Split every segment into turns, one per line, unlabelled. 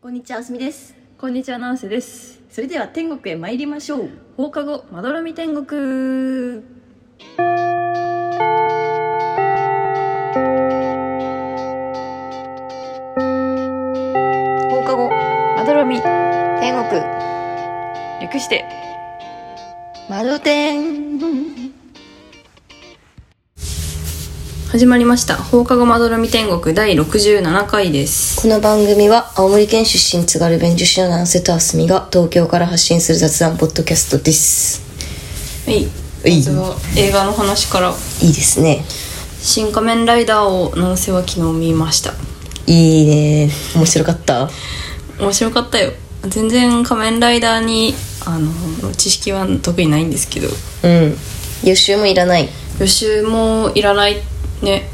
こんにちは、あすみです。
こんにちは、ナンセです。
それでは天国へ参りましょう。
放課後、まどろみ天国。
放課後まどろみ天国
略して。
まど天
始まりました。放課後まどろみ天国第67回です。
この番組は青森県出身津軽弁女子の南瀬とあすみが東京から発信する雑談ポッドキャストです
はい。
い
まずは映画の話から。
いいですね
新仮面ライダーをナンセは昨日見ました。
いいね面白かった
面白かったよ。全然仮面ライダーに、あの、知識は特にないんですけど、
うん予習もいらない
予習もいらないね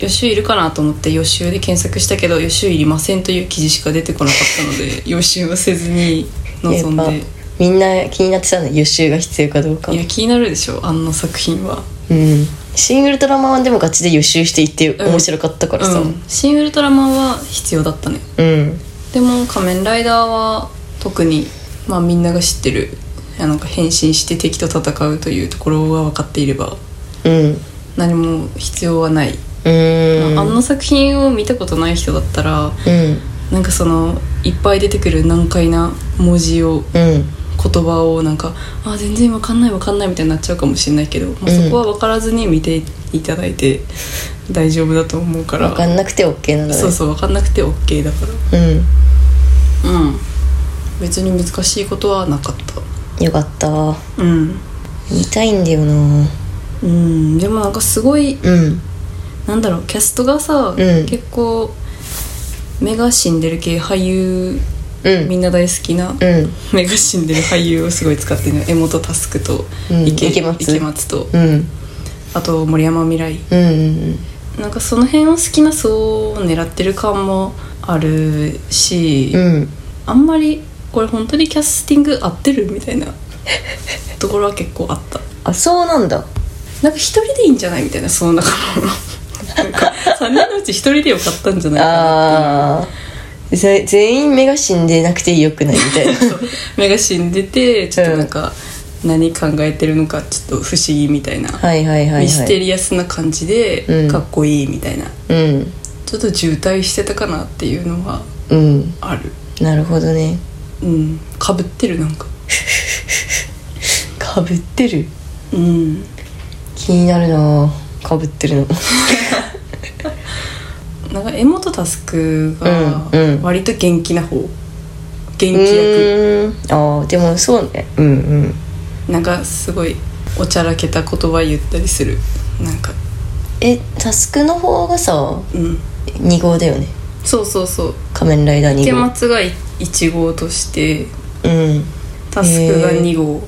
予習いるかなと思って予習で検索したけど予習いりませんという記事しか出てこなかった ので予習はせずに
や
臨
っ
ん
ぱ
で
みんな気になってたの予習が必要かどうか
いや気になるでしょあんな作品は、
うんシン・ウルトラマンはでもガチで予習していって
うん
面白かったからさ
うん、新ウルトラマンは必要だったね
うん
でも仮面ライダーは特にまあみんなが知ってるいやなんか変身して敵と戦うというところが分かっていれば
うん
何も必要はない、
うん
あんな作品を見たことない人だったら
うん
なんかそのいっぱい出てくる難解な文字を
うん
言葉をなんかあ全然わかんないわかんないみたいになっちゃうかもしれないけど、まあ、
うん
そこは分からずに見ていただいて大丈夫だと思うから
分かんなくて OK なのね
そうそう分かんなくて OK だか
うん
らうん別に難しいことはなかった
よかった
うん
見たいんだよな
うんでもなんかすごい
うん
なんだろうキャストがさ、
うん
結構目が死んでる系俳優
うん
みんな大好きな
うん
目が死んでる俳優をすごい使ってるの柄本佑と
うん
池,、
池松
と
うん
あと森山未来
うんうん
なんかその辺を好きな層を狙ってる感もあるし、
うん
あんまりこれ本当にキャスティング合ってるみたい なところは結構あった
あそうなんだ
なんか一人でいいんじゃないみたいなその中のなんか3人のうち一人でよかったんじゃないかなっ
あー
ていう
ぜ全員目が死んでなくてよくないみたいな
目が死んでてちょっとなんか何考えてるのかちょっと不思議みたいな、
はいはいはいはい
ミステリアスな感じ
う
で
ん
かっこいいみたいな、
うん
ちょっと渋滞してたかなっていうのは
うん
ある
なるほどね
うんかぶってるなんか
かぶってる
うん
気になるなかぶってるの
なんか柄本佑
うんう
が
ん
割と元気な方元気
う
役
ーんあーでもそうねうんうん
なんかすごいおちゃらけた言葉言ったりするなんか
えタスクの方がさ
うん
2号だよね
そうそうそう
仮面ライダー
池
2号
松が1号として
うん
タスクが2号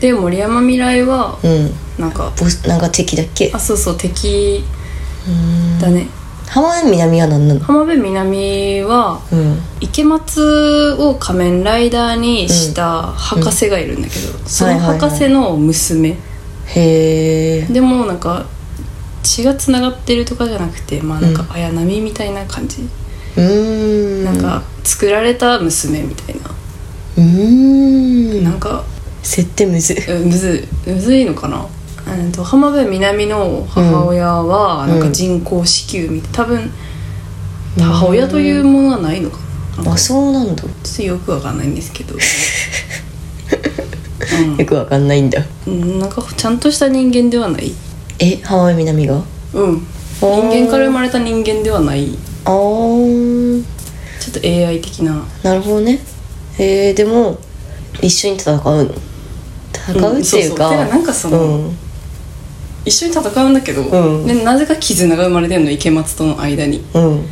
で森山未来は
うん
なんか
ボスなんか敵だっけ
あそうそう敵
うん
だね
浜辺美波は何なの
浜辺美波は
うん
池松を仮面ライダーにした博士がいるんだけど、その博士の娘、
へえ
でもなんか血がつながってるとかじゃなくてまあなんか
うん
綾波みたいな感じ、
うーん
なんか作られた娘みたいな、
うーん
なんか
設定むず
うんむずいむずいのかなうんと浜辺美波の母親は
うん
なんか人工子宮みたい多分母親というものはないのかななん
あ
かちょ
そうなんだ
っとよくわかんないんで すけど、うん
よくわかんないんだ
うんなんかちゃんとした人間ではない
え浜辺美波が
うん人間から生まれた人間ではない
あー
ちょっと AI 的な
なるほどねへえでも一緒に戦うの戦うっていうか、
うんそうそうてかなんかその
うん
一緒に戦うんだけど、
うん
でなぜか絆が生まれてんの池松との間に
うん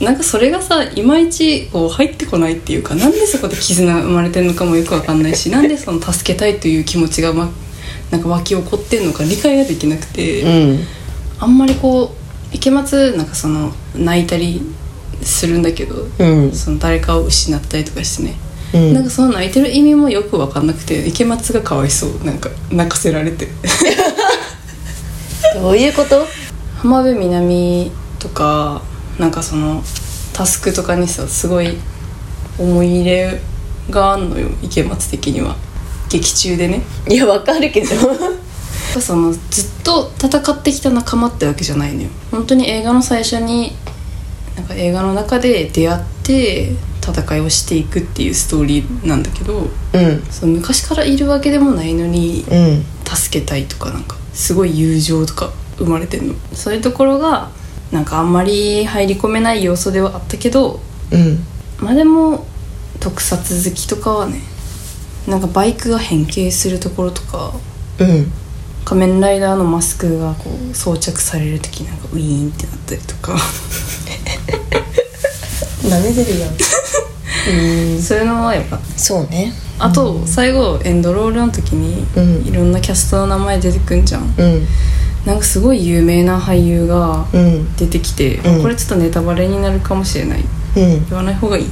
なんかそれがさいまいちこう入ってこないっていうかなんでそこで絆が生まれてんのかもよくわかんないしなんでその助けたいという気持ちが、ま、なんか湧き起こってんのか理解ができなくて、
うん
あんまりこう池松なんかその泣いたりするんだけど、
うん
その誰かを失ったりとかしてね、
うん
なんかその泣いてる意味もよく分かんなくて池松がかわいそうなんか泣かせられて
どういうこと
浜辺美波とかなんかそのタスクとかにさすごい思い入れがあんのよ池松的には劇中でね
いやわかる けど
そのずっと戦ってきた仲間ってわけじゃないのよ本当に映画の最初になんか映画の中で出会って戦いをしていくっていうストーリーなんだけど
うん
その昔からいるわけでもないのに
うん
助けたいとかなんかすごい友情とか生まれてんのそういうところがなんかあんまり入り込めない要素ではあったけど
うん
まあでも特撮好きとかはねなんかバイクが変形するところとか
うん
仮面ライダーのマスクがこう装着される時なんかウィーンってなったりとか
なめてるや んうん
そういうのはやっぱ
そうね
あと最後エンドロールの時に
うん
いろんなキャストの名前出てくんじゃん
うん
なんかすごい有名な俳優が
うん
出てきて、
うん
これちょっとネタバレになるかもしれない
うん
言わない方がいい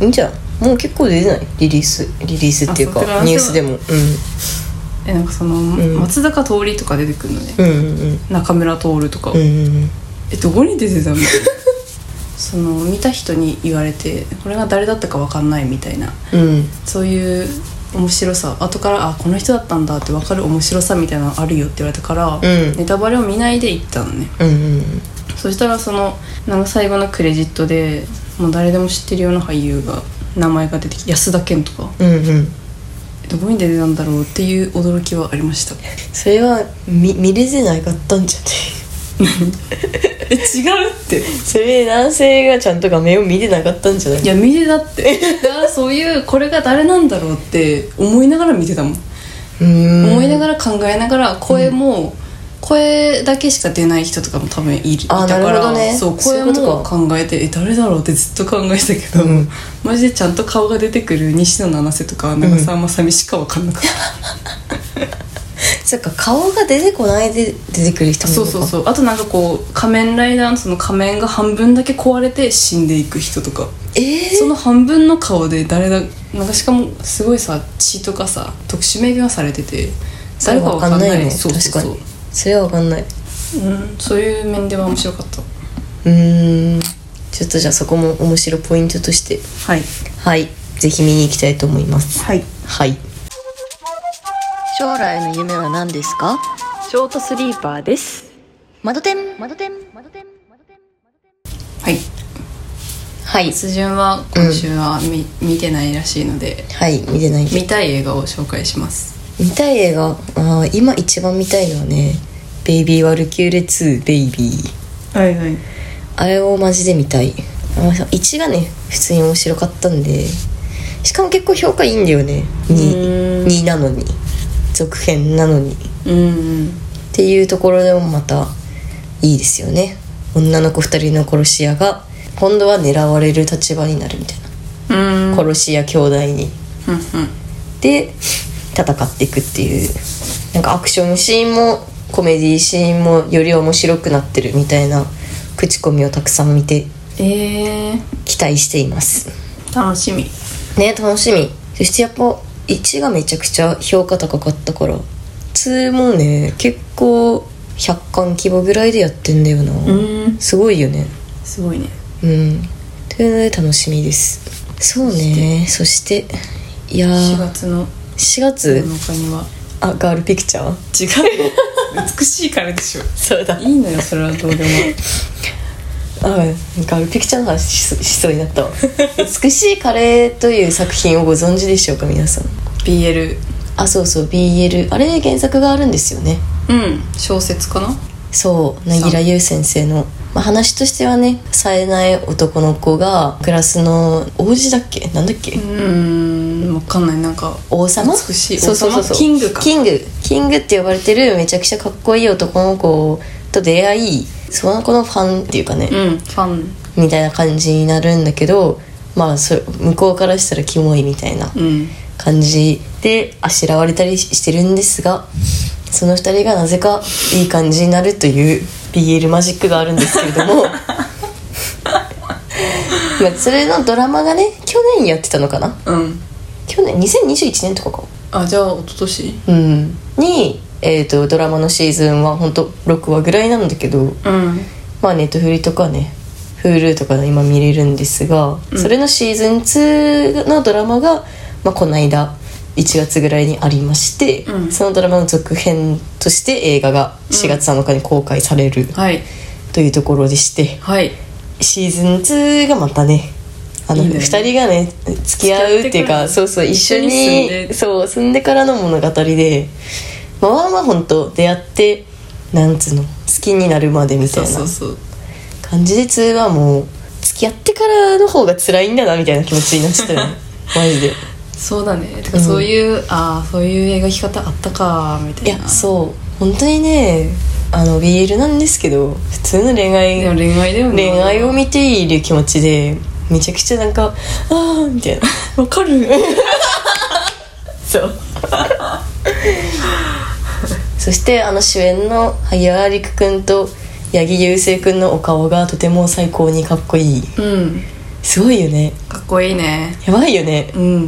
いいんじゃんもう結構出てないリリースリリースっていう
あそう
か
か
ニュースでも
えなんかその、
ん
松坂桃李とか出てくるのね
うんうんうん
中村徹とか、
うんうん
えどこに出てたの その見た人に言われてこれが誰だったか分かんないみたいな
うんうん
そういう面白さ後からあこの人だったんだって分かる面白さみたいなのあるよって言われたから、
うん
ネタバレを見ないで行ったのね
うんうん
そしたらそのなんか最後のクレジットでもう誰でも知ってるような俳優が名前が出てきて安田顕とか
うんうん
どこに出てたんだろうっていう驚きはありま した
それは見見れてなかったんじゃね
え違うっ て
それ男性がちゃんと画面を見てなかったんじゃない
いや見てたってだからそういうこれが誰なんだろうって思いながら見てたもん、
うん
思いながら考えながら声も、声だけしか出ない人とかも多分いるい
あー
たか
なるほ
ら、
どね
そう
そうい
声
うこと
も
か
考えてえ誰だろうってずっと考えてたけど、
うん
マジでちゃんと顔が出てくる西野七瀬とか長澤まさみしか分かんなかった、
そっか顔が出てこないで出てくる人もいる
そう
のか
そうそうあとなんかこう仮面ライダーのその仮面が半分だけ壊れて死んでいく人とか
え
その半分の顔で誰だなんかしかもすごいさ血とかさ特殊名言がされてて
ー、
誰かわ
わ
かんない
ね
そうそうそう
確かにそれはわかんない
うん、そういう面では面白かった
うーんちょっとじゃあそこも面白いポイントとして
はい
はいぜひ見に行きたいと思います
はい
はい将来の夢は何ですか
ショートスリーパーです
窓点
はい
はい
出順は今週は見,、見てないらしいので
はい見てない
見たい映画を紹介します
見たい映画あー今一番見たいのはね「ベイビー・ワルキューレ2ベイビー
はいはい」
あれをマジで見たい1がね普通に面白かったんでしかも結構評価いいんだよね 2,
うーん
2なのに続編なのにっ
うん
ていうところでもまたいいですよね女の子2人の殺し屋が今度は狙われる立場になるみたい
うん
な
うん
殺し屋兄弟に
うん
で戦っていくっていうなんかアクションシーンもコメディシーンもより面白くなってるみたいな口コミをたくさん見て
え
期待しています
ー、楽しみ
ね楽しみそしてやっぱ1がめちゃくちゃ評価高かったから2もね結構100巻規模ぐらいでやってんだよな、
うん
すごいよね
すごいね
うんというので楽しみですそうねそしていや
4
ー
月の
4月
7日には
あガールピクチャー
違う の美しいからでしょ
そうだ
いいのよそれはどうでも
うん、ガールピクチャーの話しそしそうになったわ 美しいカレーという作品をご存知でしょうか皆さん
BL
あそうそう BL あれ原作があるんですよね
うん小説かな
そう凪良優先生の、まあ、話としてはね冴えない男の子がクラスの王子だっけなんだっけ、
うん分かんないなんか
王様
美しい
そうそうそうそう
王様キングか
キングキングって呼ばれてるめちゃくちゃかっこいい男の子と出会いその子のファンっていうかね、
うんファン
みたいな感じになるんだけどまあそ向こうからしたらキモいみたいな
うん
感じであしらわれたりしてるんですがその2人がなぜかいい感じになるという BL マジックがあるんですけれども まあそれのドラマがね去年やってたのかな
うん
去年2021年とかか
あじゃあ一昨年
うんに、えー、とドラマのシーズンは本当6話ぐらいなんだけど
うん
まあネットフリとかね Hulu とかで今見れるんですが、
うん
それのシーズン2のドラマが、まあ、この間1月ぐらいにありまして、
うん
そのドラマの続編として映画が4月7日に公開される
はい
というところでして、
はい
シーズン2がまたねあの
いいね
2人がね付き合うっていうか
付き合ってから
そうそう一緒
一緒に住ん
に
で
そう住んでからの物語でまあまあまあ本当出会ってなんつうの好きになるまでみたいう
そ
な
そうそう
感じで2はもう付き合ってからの方が辛いんだなみたいな気持ちになっちゃったよ ねマジで
そうだねてかそういう、ああそういう描き方あったかみた
い
いな
やそう本当にねあの BL なんですけど普通の恋愛
でも恋愛だよね
恋愛を見ている気持ちでめちゃくちゃなんか「ああ」みた いな
わかる
そう。そしてあの主演の萩原陸くんと八木勇征くんのお顔がとても最高にかっこいい。
うん
すごいよね。
かっこいいね
やばいよね。
うん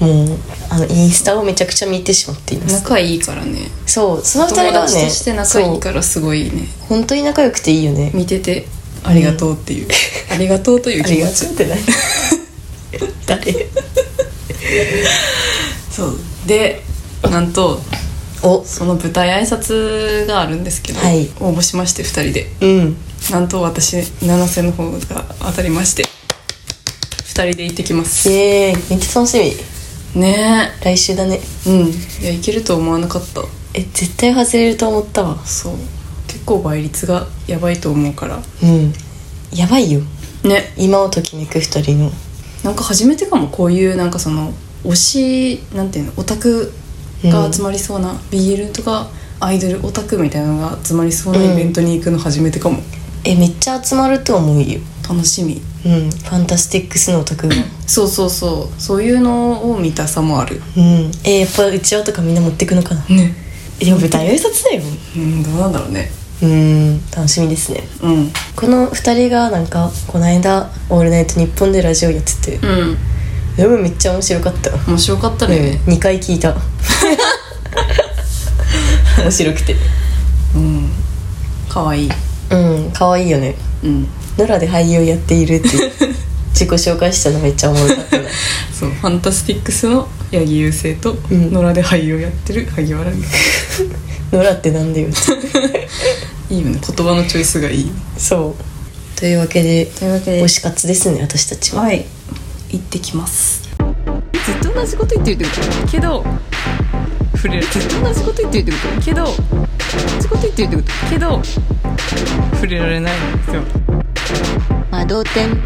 もうあのインスタをめちゃくちゃ見てしまっています。
仲いいからね
そう、その
友
二人が
達
ね、
として仲いい
そう
からすごいね
本当に仲良くていいよね。
見ててありがとうっていう、 ありがとうという
あ
気
り
持
がと
ち
うってない。誰？
そうでなんと
お、
その舞台挨拶があるんですけど、
はい
応募しまして2人で
うん。
なんと私七瀬の方が当たりまして2人で行ってきますね
ええ、めっちゃ楽しみ。来週だね。
えうんいや行けると思わなかった
え、絶対外れると思ったわ。
そう結構倍率がやばいと思うから
うん。やばいよ。
ね
今をときめく二人の
なんか初めてかもこういうなんかその推しなんていうのオタクが集まりそうな、BL とかアイドルオタクみたいなのが集まりそうなイベントに行くの初めてかも、
えめっちゃ集まると思うよ
楽しみ
うんファンタスティックスのお宅が
そうそうそうそういうのを見たさもある
うんえやっぱうちわとかみんな持ってくのかな
ね
えでも舞台挨拶だよ
うんどうなんだろうね
うん楽しみですね
うん
この二人がなんかこの間「オールナイトニッポン」でラジオやってて、
うん
でもめっちゃ面白かった
面白かった
ね
ね、
2回聞いた 面白くて
うん可愛いい
うん可愛いよね
うん
奈良で俳優やっているって いう自己紹介したのめっちゃおもろかったな
そうファンタスティックスの八木優生と
うん
野良で俳優をやってる萩原美香
奈良ってなんだよって
いいよね言葉のチョイスがいい
そうというわけで
というわけ
推し活ですね私たちは
はい行ってきます
ずっと同じこと言ってるってことけど
触れる
ずっと同じこと言ってるってことけど同じこと言ってるってことけど
触れられないんですよ
窓店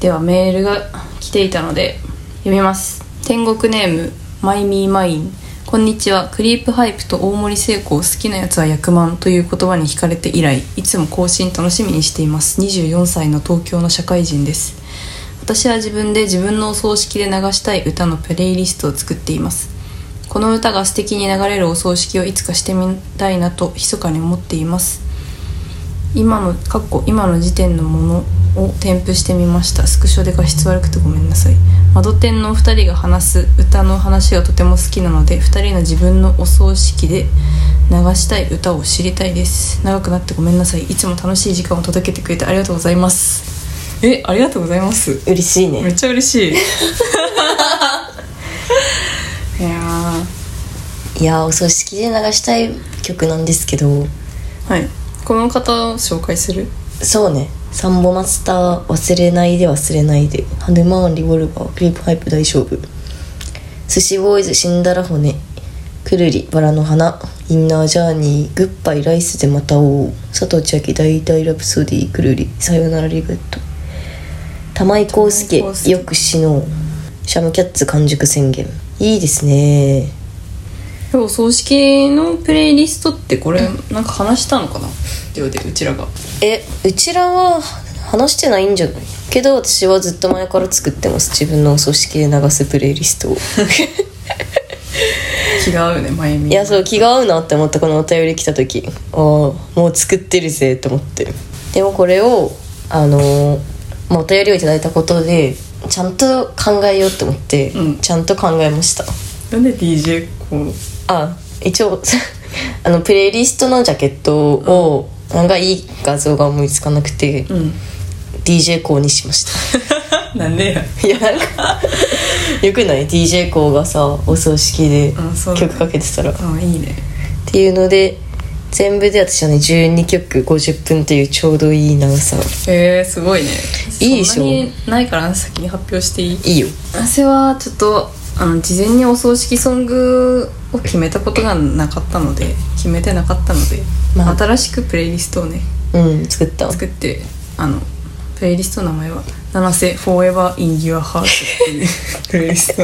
ではメールが来ていたので読みます天国ネームマイミーマインこんにちはクリープハイプと大森聖子を好きなやつは役満という言葉に惹かれて以来いつも更新楽しみにしています24歳の東京の社会人です私は自分で自分のお葬式で流したい歌のプレイリストを作っていますこの歌が素敵に流れるお葬式をいつかしてみたいなと密かに思っています今のかっこ今の時点のものを添付してみましたスクショで画質悪くてごめんなさい窓店のお二人が話す歌の話がとても好きなので二人の自分のお葬式で流したい歌を知りたいです長くなってごめんなさいいつも楽しい時間を届けてくれてありがとうございますえありがとうございます
嬉しい
め
ね
っちゃ嬉しいいや
いやーお葬式で流したい曲なんですけど
ーはいこの方を紹介する
そうねサンボマスター「忘れないで忘れないで」「ハヌマーンリボルバー」「クリープハイプ大勝負」「寿司ボーイズ死んだら骨」「くるりバラの花」「インナージャーニー」「グッバイライスでまた会おう」「佐藤千秋大大ラプソディー」「くるりさよならリグッド」「玉井康介
玉井浩介
よく死のう」「シャムキャッツ完熟宣言」いいですね
お葬式のプレイリストってこれなんか話したのかなってでうちらが
えうちらは話してないんじゃないけど私はずっと前から作ってます自分のお葬式で流すプレイリス トを
気が合うねまゆみ
いやそう気が合うなって思ったこのお便り来た時ああもう作ってるぜと思ってでもこれをあのーまあ、お便りをいただいたことでちゃんと考えようって思って、
うん
ちゃんと考えました
なんで DJ こう
あ一応 あのプレイリストのジャケットを、なんかいい画像が思いつかなくて、
うん
DJ コーにしました
なんでや
いやなんかよくない DJ コーがさお葬式で
あそうだね
曲かけてたら、っ
ああいいね
ていうので全部で私はね12曲50分というちょうどいい長さ
えー、すごいね
いいでしょ
そんなにないから先に発表していい
いいよ
私はちょっとあの事前にお葬式ソングを決めたことがなかったので決めてなかったので、
まあ
新しくプレイリストをね
うん作った
作ってあのプレイリストの名前は「七瀬 Forever in Your Heart」っていう プレイリスト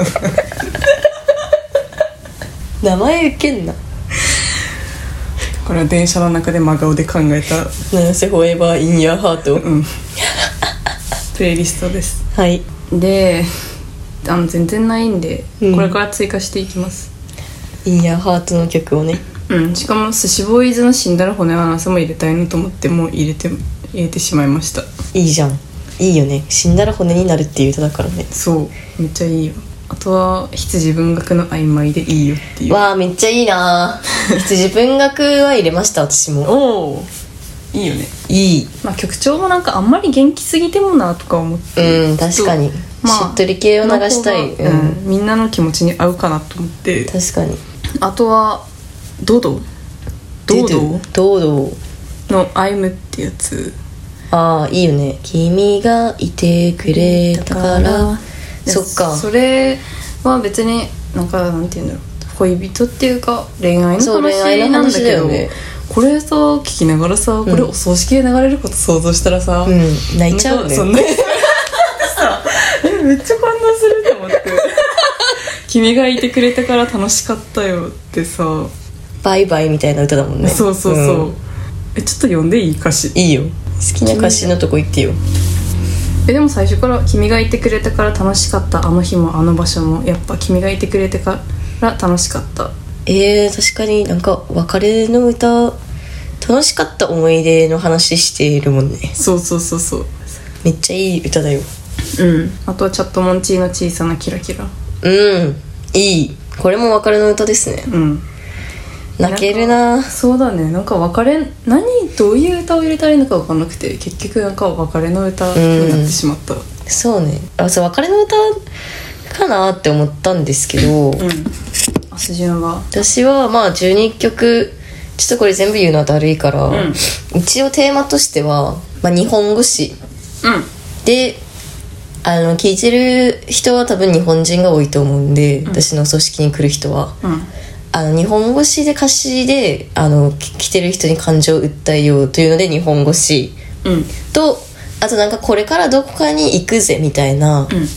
名前ウケんな
これは電車の中で真顔で考えた、
七瀬フォーエバーインヤーハート
うん、プレイリストです
はい
であの全然ないんで、
うん
これから追加していきます
インヤーハートの曲をね
うん、しかも寿司ボーイズの死んだら骨はなさも入れたいなと思ってもう入れて入れてしまいました
いいじゃんいいよね死んだら骨になるっていう歌だからね
そうめっちゃいいよあとは羊文学の曖昧でいいよっていう
わあめっちゃいいなー羊文学は入れました私も
おおいいよね
いい
まあ曲調もなんかあんまり元気すぎてもなとか思って
うん確かに、
まあ
しっとり系を流したい、
この
う
子
ん
がうんみんなの気持ちに合うかなと思って
確かに
あとはドドドド
堂々
の「アイム」ってやつ
ああいいよね君がいてくれたから
で
そっか
それは別になんかなんて言うんだろう恋人っていうか恋愛の
そう恋愛
話
の
なんだ
話だ
け
よ
ど
ね
これさ聞きながらさこれ
うん
お葬式で流れること想像したらさ、
うん泣いちゃうね
そんなさえめっちゃ感動すると思って「君がいてくれたから楽しかったよ」ってさ、
バイバイみたいな歌だもんね
そうそうそう、
ん
えちょっと読んでいい歌詞
いいよ好きな歌詞のとこ行ってよ
えでも最初から「君がいてくれたから楽しかったあの日もあの場所もやっぱ君がいてくれたから楽しかった」
えー、確かになんか別れの歌楽しかった思い出の話しているもんね
そうそうそうそう
めっちゃいい歌だよ
うんあとはチャットモンチーの小さなキラキラ
うんいいこれも別れの歌ですね
うん
泣けるなん
かそうだねなんか別れ何どういう歌を入れたらいいのか分かんなくて結局なんか別れの歌になってしまった
そうねあそう別れの歌かなって思ったんですけど、
うん明日順は
私はまあ12曲ちょっとこれ全部言うのはだるいから、
ん
一応テーマとしては、まあ、日本語詞
うん
であの聞いてる人は多分日本人が多いと思うんで、私の組織に来る人は
うん
あの日本語詞で歌詞であのき来てる人に感情を訴えようというので日本語詞
うん
とあとなんかこれからどこかに行くぜみたいな
うん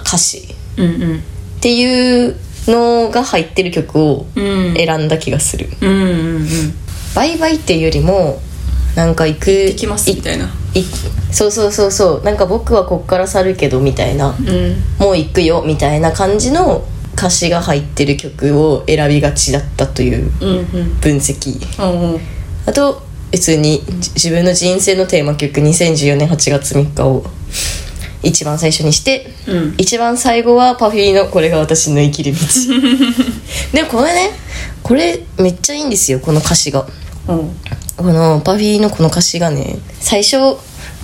歌詞
うんう
っ
ん
ていうのが入ってる曲を
うん
選んだ気がする、
うんうんうん
バイバイっていうよりもなんか行く
できますみたいない
そうそうそうそうなんか僕はこっから去るけどみたいな、
うん
もう行くよみたいな感じの歌詞が入ってる曲を選びがちだったという
うんうん
分析
おうおう
あと普通にじ自分の人生のテーマ曲2014年8月3日を一番最初にして、
うん
一番最後はパフィーの「これが私の生きる道」でもこれねこれめっちゃいいんですよこの歌詞が。
おう
このパフィーのこの歌詞がね最初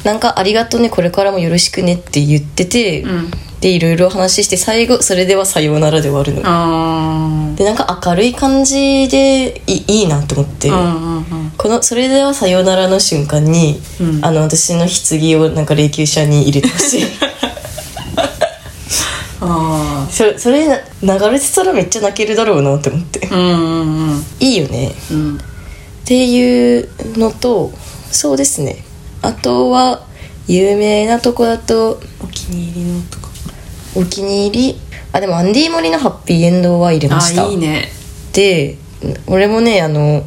なんか「ありがとうねこれからもよろしくね」って言ってて、
ん
でいろいろ話して最後「それではさようなら」で終わるの
あ
でなんか明るい感じでいいいなと思って、
ーうんうんうん
この「それではさようなら」の瞬間に、
うん
あの私の棺をなんか霊柩車に入れてほ しい
あ
そそれな流れてたらめっちゃ泣けるだろうなって思って
ーうんうんうん
いいよね
う
っ
ん
ていうのとそうですねあとは有名なとこだと
お気に入りのとか
お気に入りあでもアンディ・モリのハッピーエンドは入れました
あいいね
で俺もねあの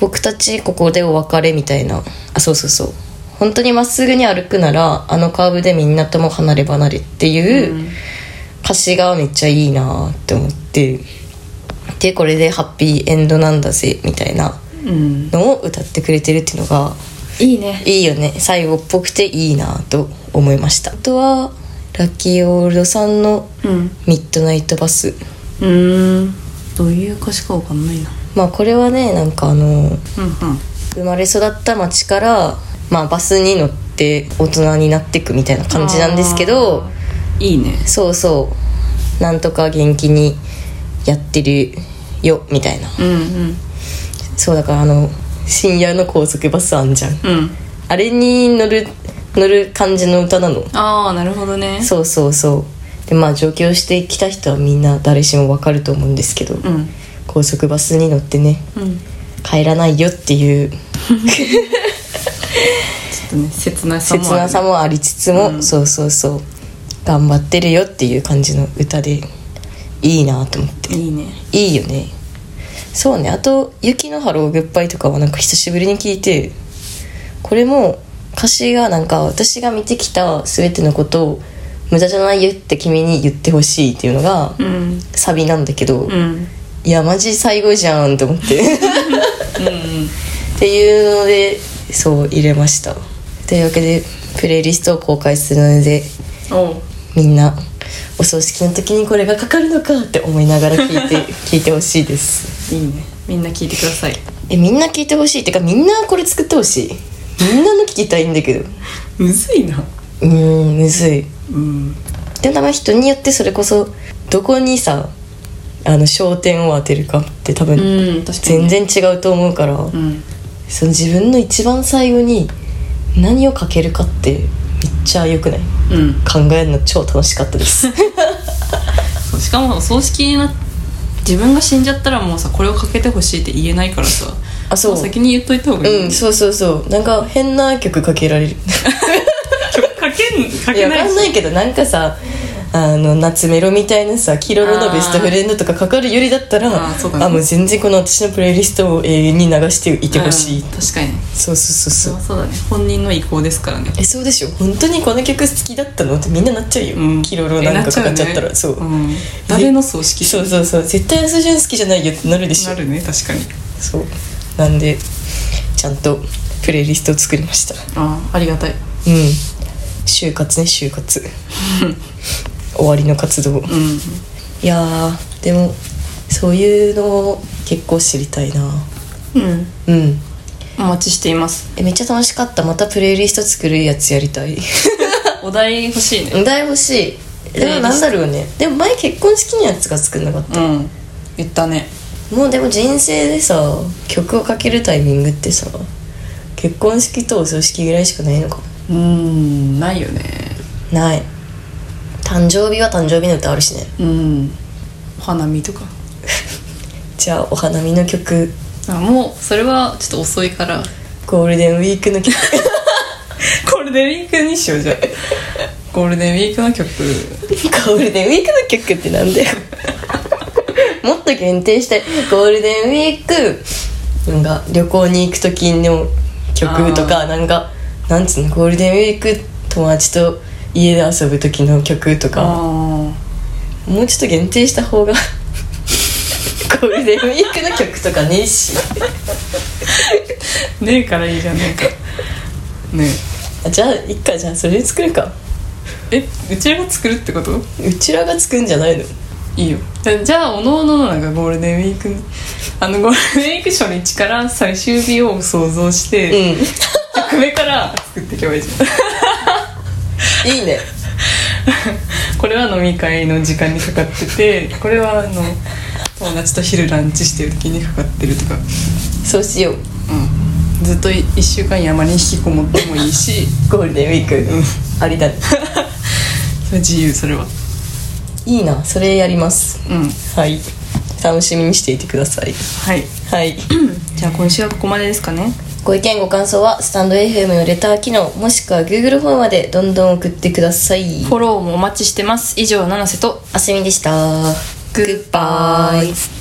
僕たちここでお別れみたいなあそうそうそう本当にまっすぐに歩くならあのカーブでみんなとも離れ離れっていう、歌詞がめっちゃいいなって思ってでこれでハッピーエンドなんだぜみたいな
うん
のを歌ってくれてるっていうのが
いいね
いいよね最後っぽくていいなと思いましたあとはラッキーオールドさんの
うん
ミッドナイトバス
うーんどういう歌詞かわかんないな
まあこれはねなんかあの
うんうん
生まれ育った町から、まあ、バスに乗って大人になっていくみたいな感じなんですけど
あーいいね
そうそうなんとか元気にやってるよみたいな
うんうん
そうだからあの深夜の高速バスあんじゃん
うん
あれに乗る乗る感じの歌なの
ああなるほどね
そうそうそうでまあ上京してきた人はみんな誰しもわかると思うんですけど、
うん
高速バスに乗ってね
うんち
帰らないよっていう
ょっとね切なさもある
切なさもありつつも、
うん
そうそうそう頑張ってるよっていう感じの歌でいいなと思って
いいね
いいよねそうねあと「雪のハローグッバイ」とかはなんか久しぶりに聞いてこれも歌詞がなんか私が見てきた全てのことを無駄じゃないよって君に言ってほしいっていうのが
うん
サビなんだけど、
うん
いやマジ最後じゃんと思ってっていうのでそう入れましたというわけでプレイリストを公開するので
おう
みんなお葬式の時にこれがかかるのかって思いながら聞い て聞いてほしいです
いいねみんな聞いてください
えみんな聞いてほしいってかみんなこれ作ってほしいみんなの聞きたいんだけど
むずいな
うーんむずい
うん
でも多分人によってそれこそどこにさあの焦点を当てるかって多分
うん確かに
全然違うと思うから、
うん
その自分の一番最後に何をかけるかってめっちゃ良くない
うん
考えるの超楽しかったです
そうしかもお葬式にな自分が死んじゃったらもうさこれをかけてほしいって言えないからさ
あそう
も先に言っといた方がいい、
うんそうそうそうなんか変な曲かけられる
曲かけんか
い
け
や
な
わ
い
か
し
んないけどなんかさあの夏メロみたいなさ「キロロのベストフレンド」とかかかるよりだったら
あーそうだね
あもう全然この私のプレイリストを永遠に流していてほしい、
うん確かに
そうそうそう
そ
そうう
そうだね本人の意向ですからね
えそうでしょ本当にこの曲好きだったのってみんななっちゃうよ、
うん
キロロなんかかかっちゃったら、
えな
そう、
うねうん誰の葬式
そうそうそう絶対安田純好きじゃないよってなるでしょ
なるね確かに
そうなんでちゃんとプレイリストを作りました
ああありがたい
うん就活ね就活終わりの活動
うん
いやーでもそういうのを結構知りたいな
うん
うん
お待ちしています
えめっちゃ楽しかったまたプレイリスト作るやつやりたい
お題欲しいね
お題欲しいでもなんだろうねでも前結婚式のやつが作んなかっ
うん言ったね
たもうでも人生でさ曲をかけるタイミングってさ結婚式とお葬式ぐらいしかないのかな
うんないよね
ない誕生日は誕生日の歌あるしね
うんお花見とか
じゃあお花見の曲
あもうそれはちょっと遅いから
ゴールデンウィークの曲
ゴールデンウィークにしようじゃあゴールデンウィークの 曲
ゴールデンウィークの曲ってなん だよもっと限定してゴールデンウィークなんか旅行に行く時の曲とかなんかなんつうのゴールデンウィーク友達と家で遊ぶ時の曲とか
あ
もうちょっと限定した方 がゴールデンウィークの曲とかねえし
ねえからいいじゃねえかね
あじゃあいっかじゃあそれで作るか
ええうちらが作るってこと
うちらが作るんじゃないの
いいよじじゃあおのおののなんかゴールデンウィークあのゴールデンウィーク初日から最終日を想像して、
う
曲目から作っていけばいいじゃん
んいいね
これは飲み会の時間にかかっててこれはあの友達と昼ランチしてる時にかかってるとか、
そうしよう
うん、ずっと1週間山に引きこもってもいい し
ゴールデンウィーク、ありだね
それ自由それはい
いなそれやります
うん
はい楽しみにしていてください
はい
はい
じゃあ今週はここまでですかね
ご意見ご感想はスタンド FM のレター機能もしくは Google フォームまでどんどん送ってください
フォローもお待ちしてます以上七瀬と
あすみでしたグッバイ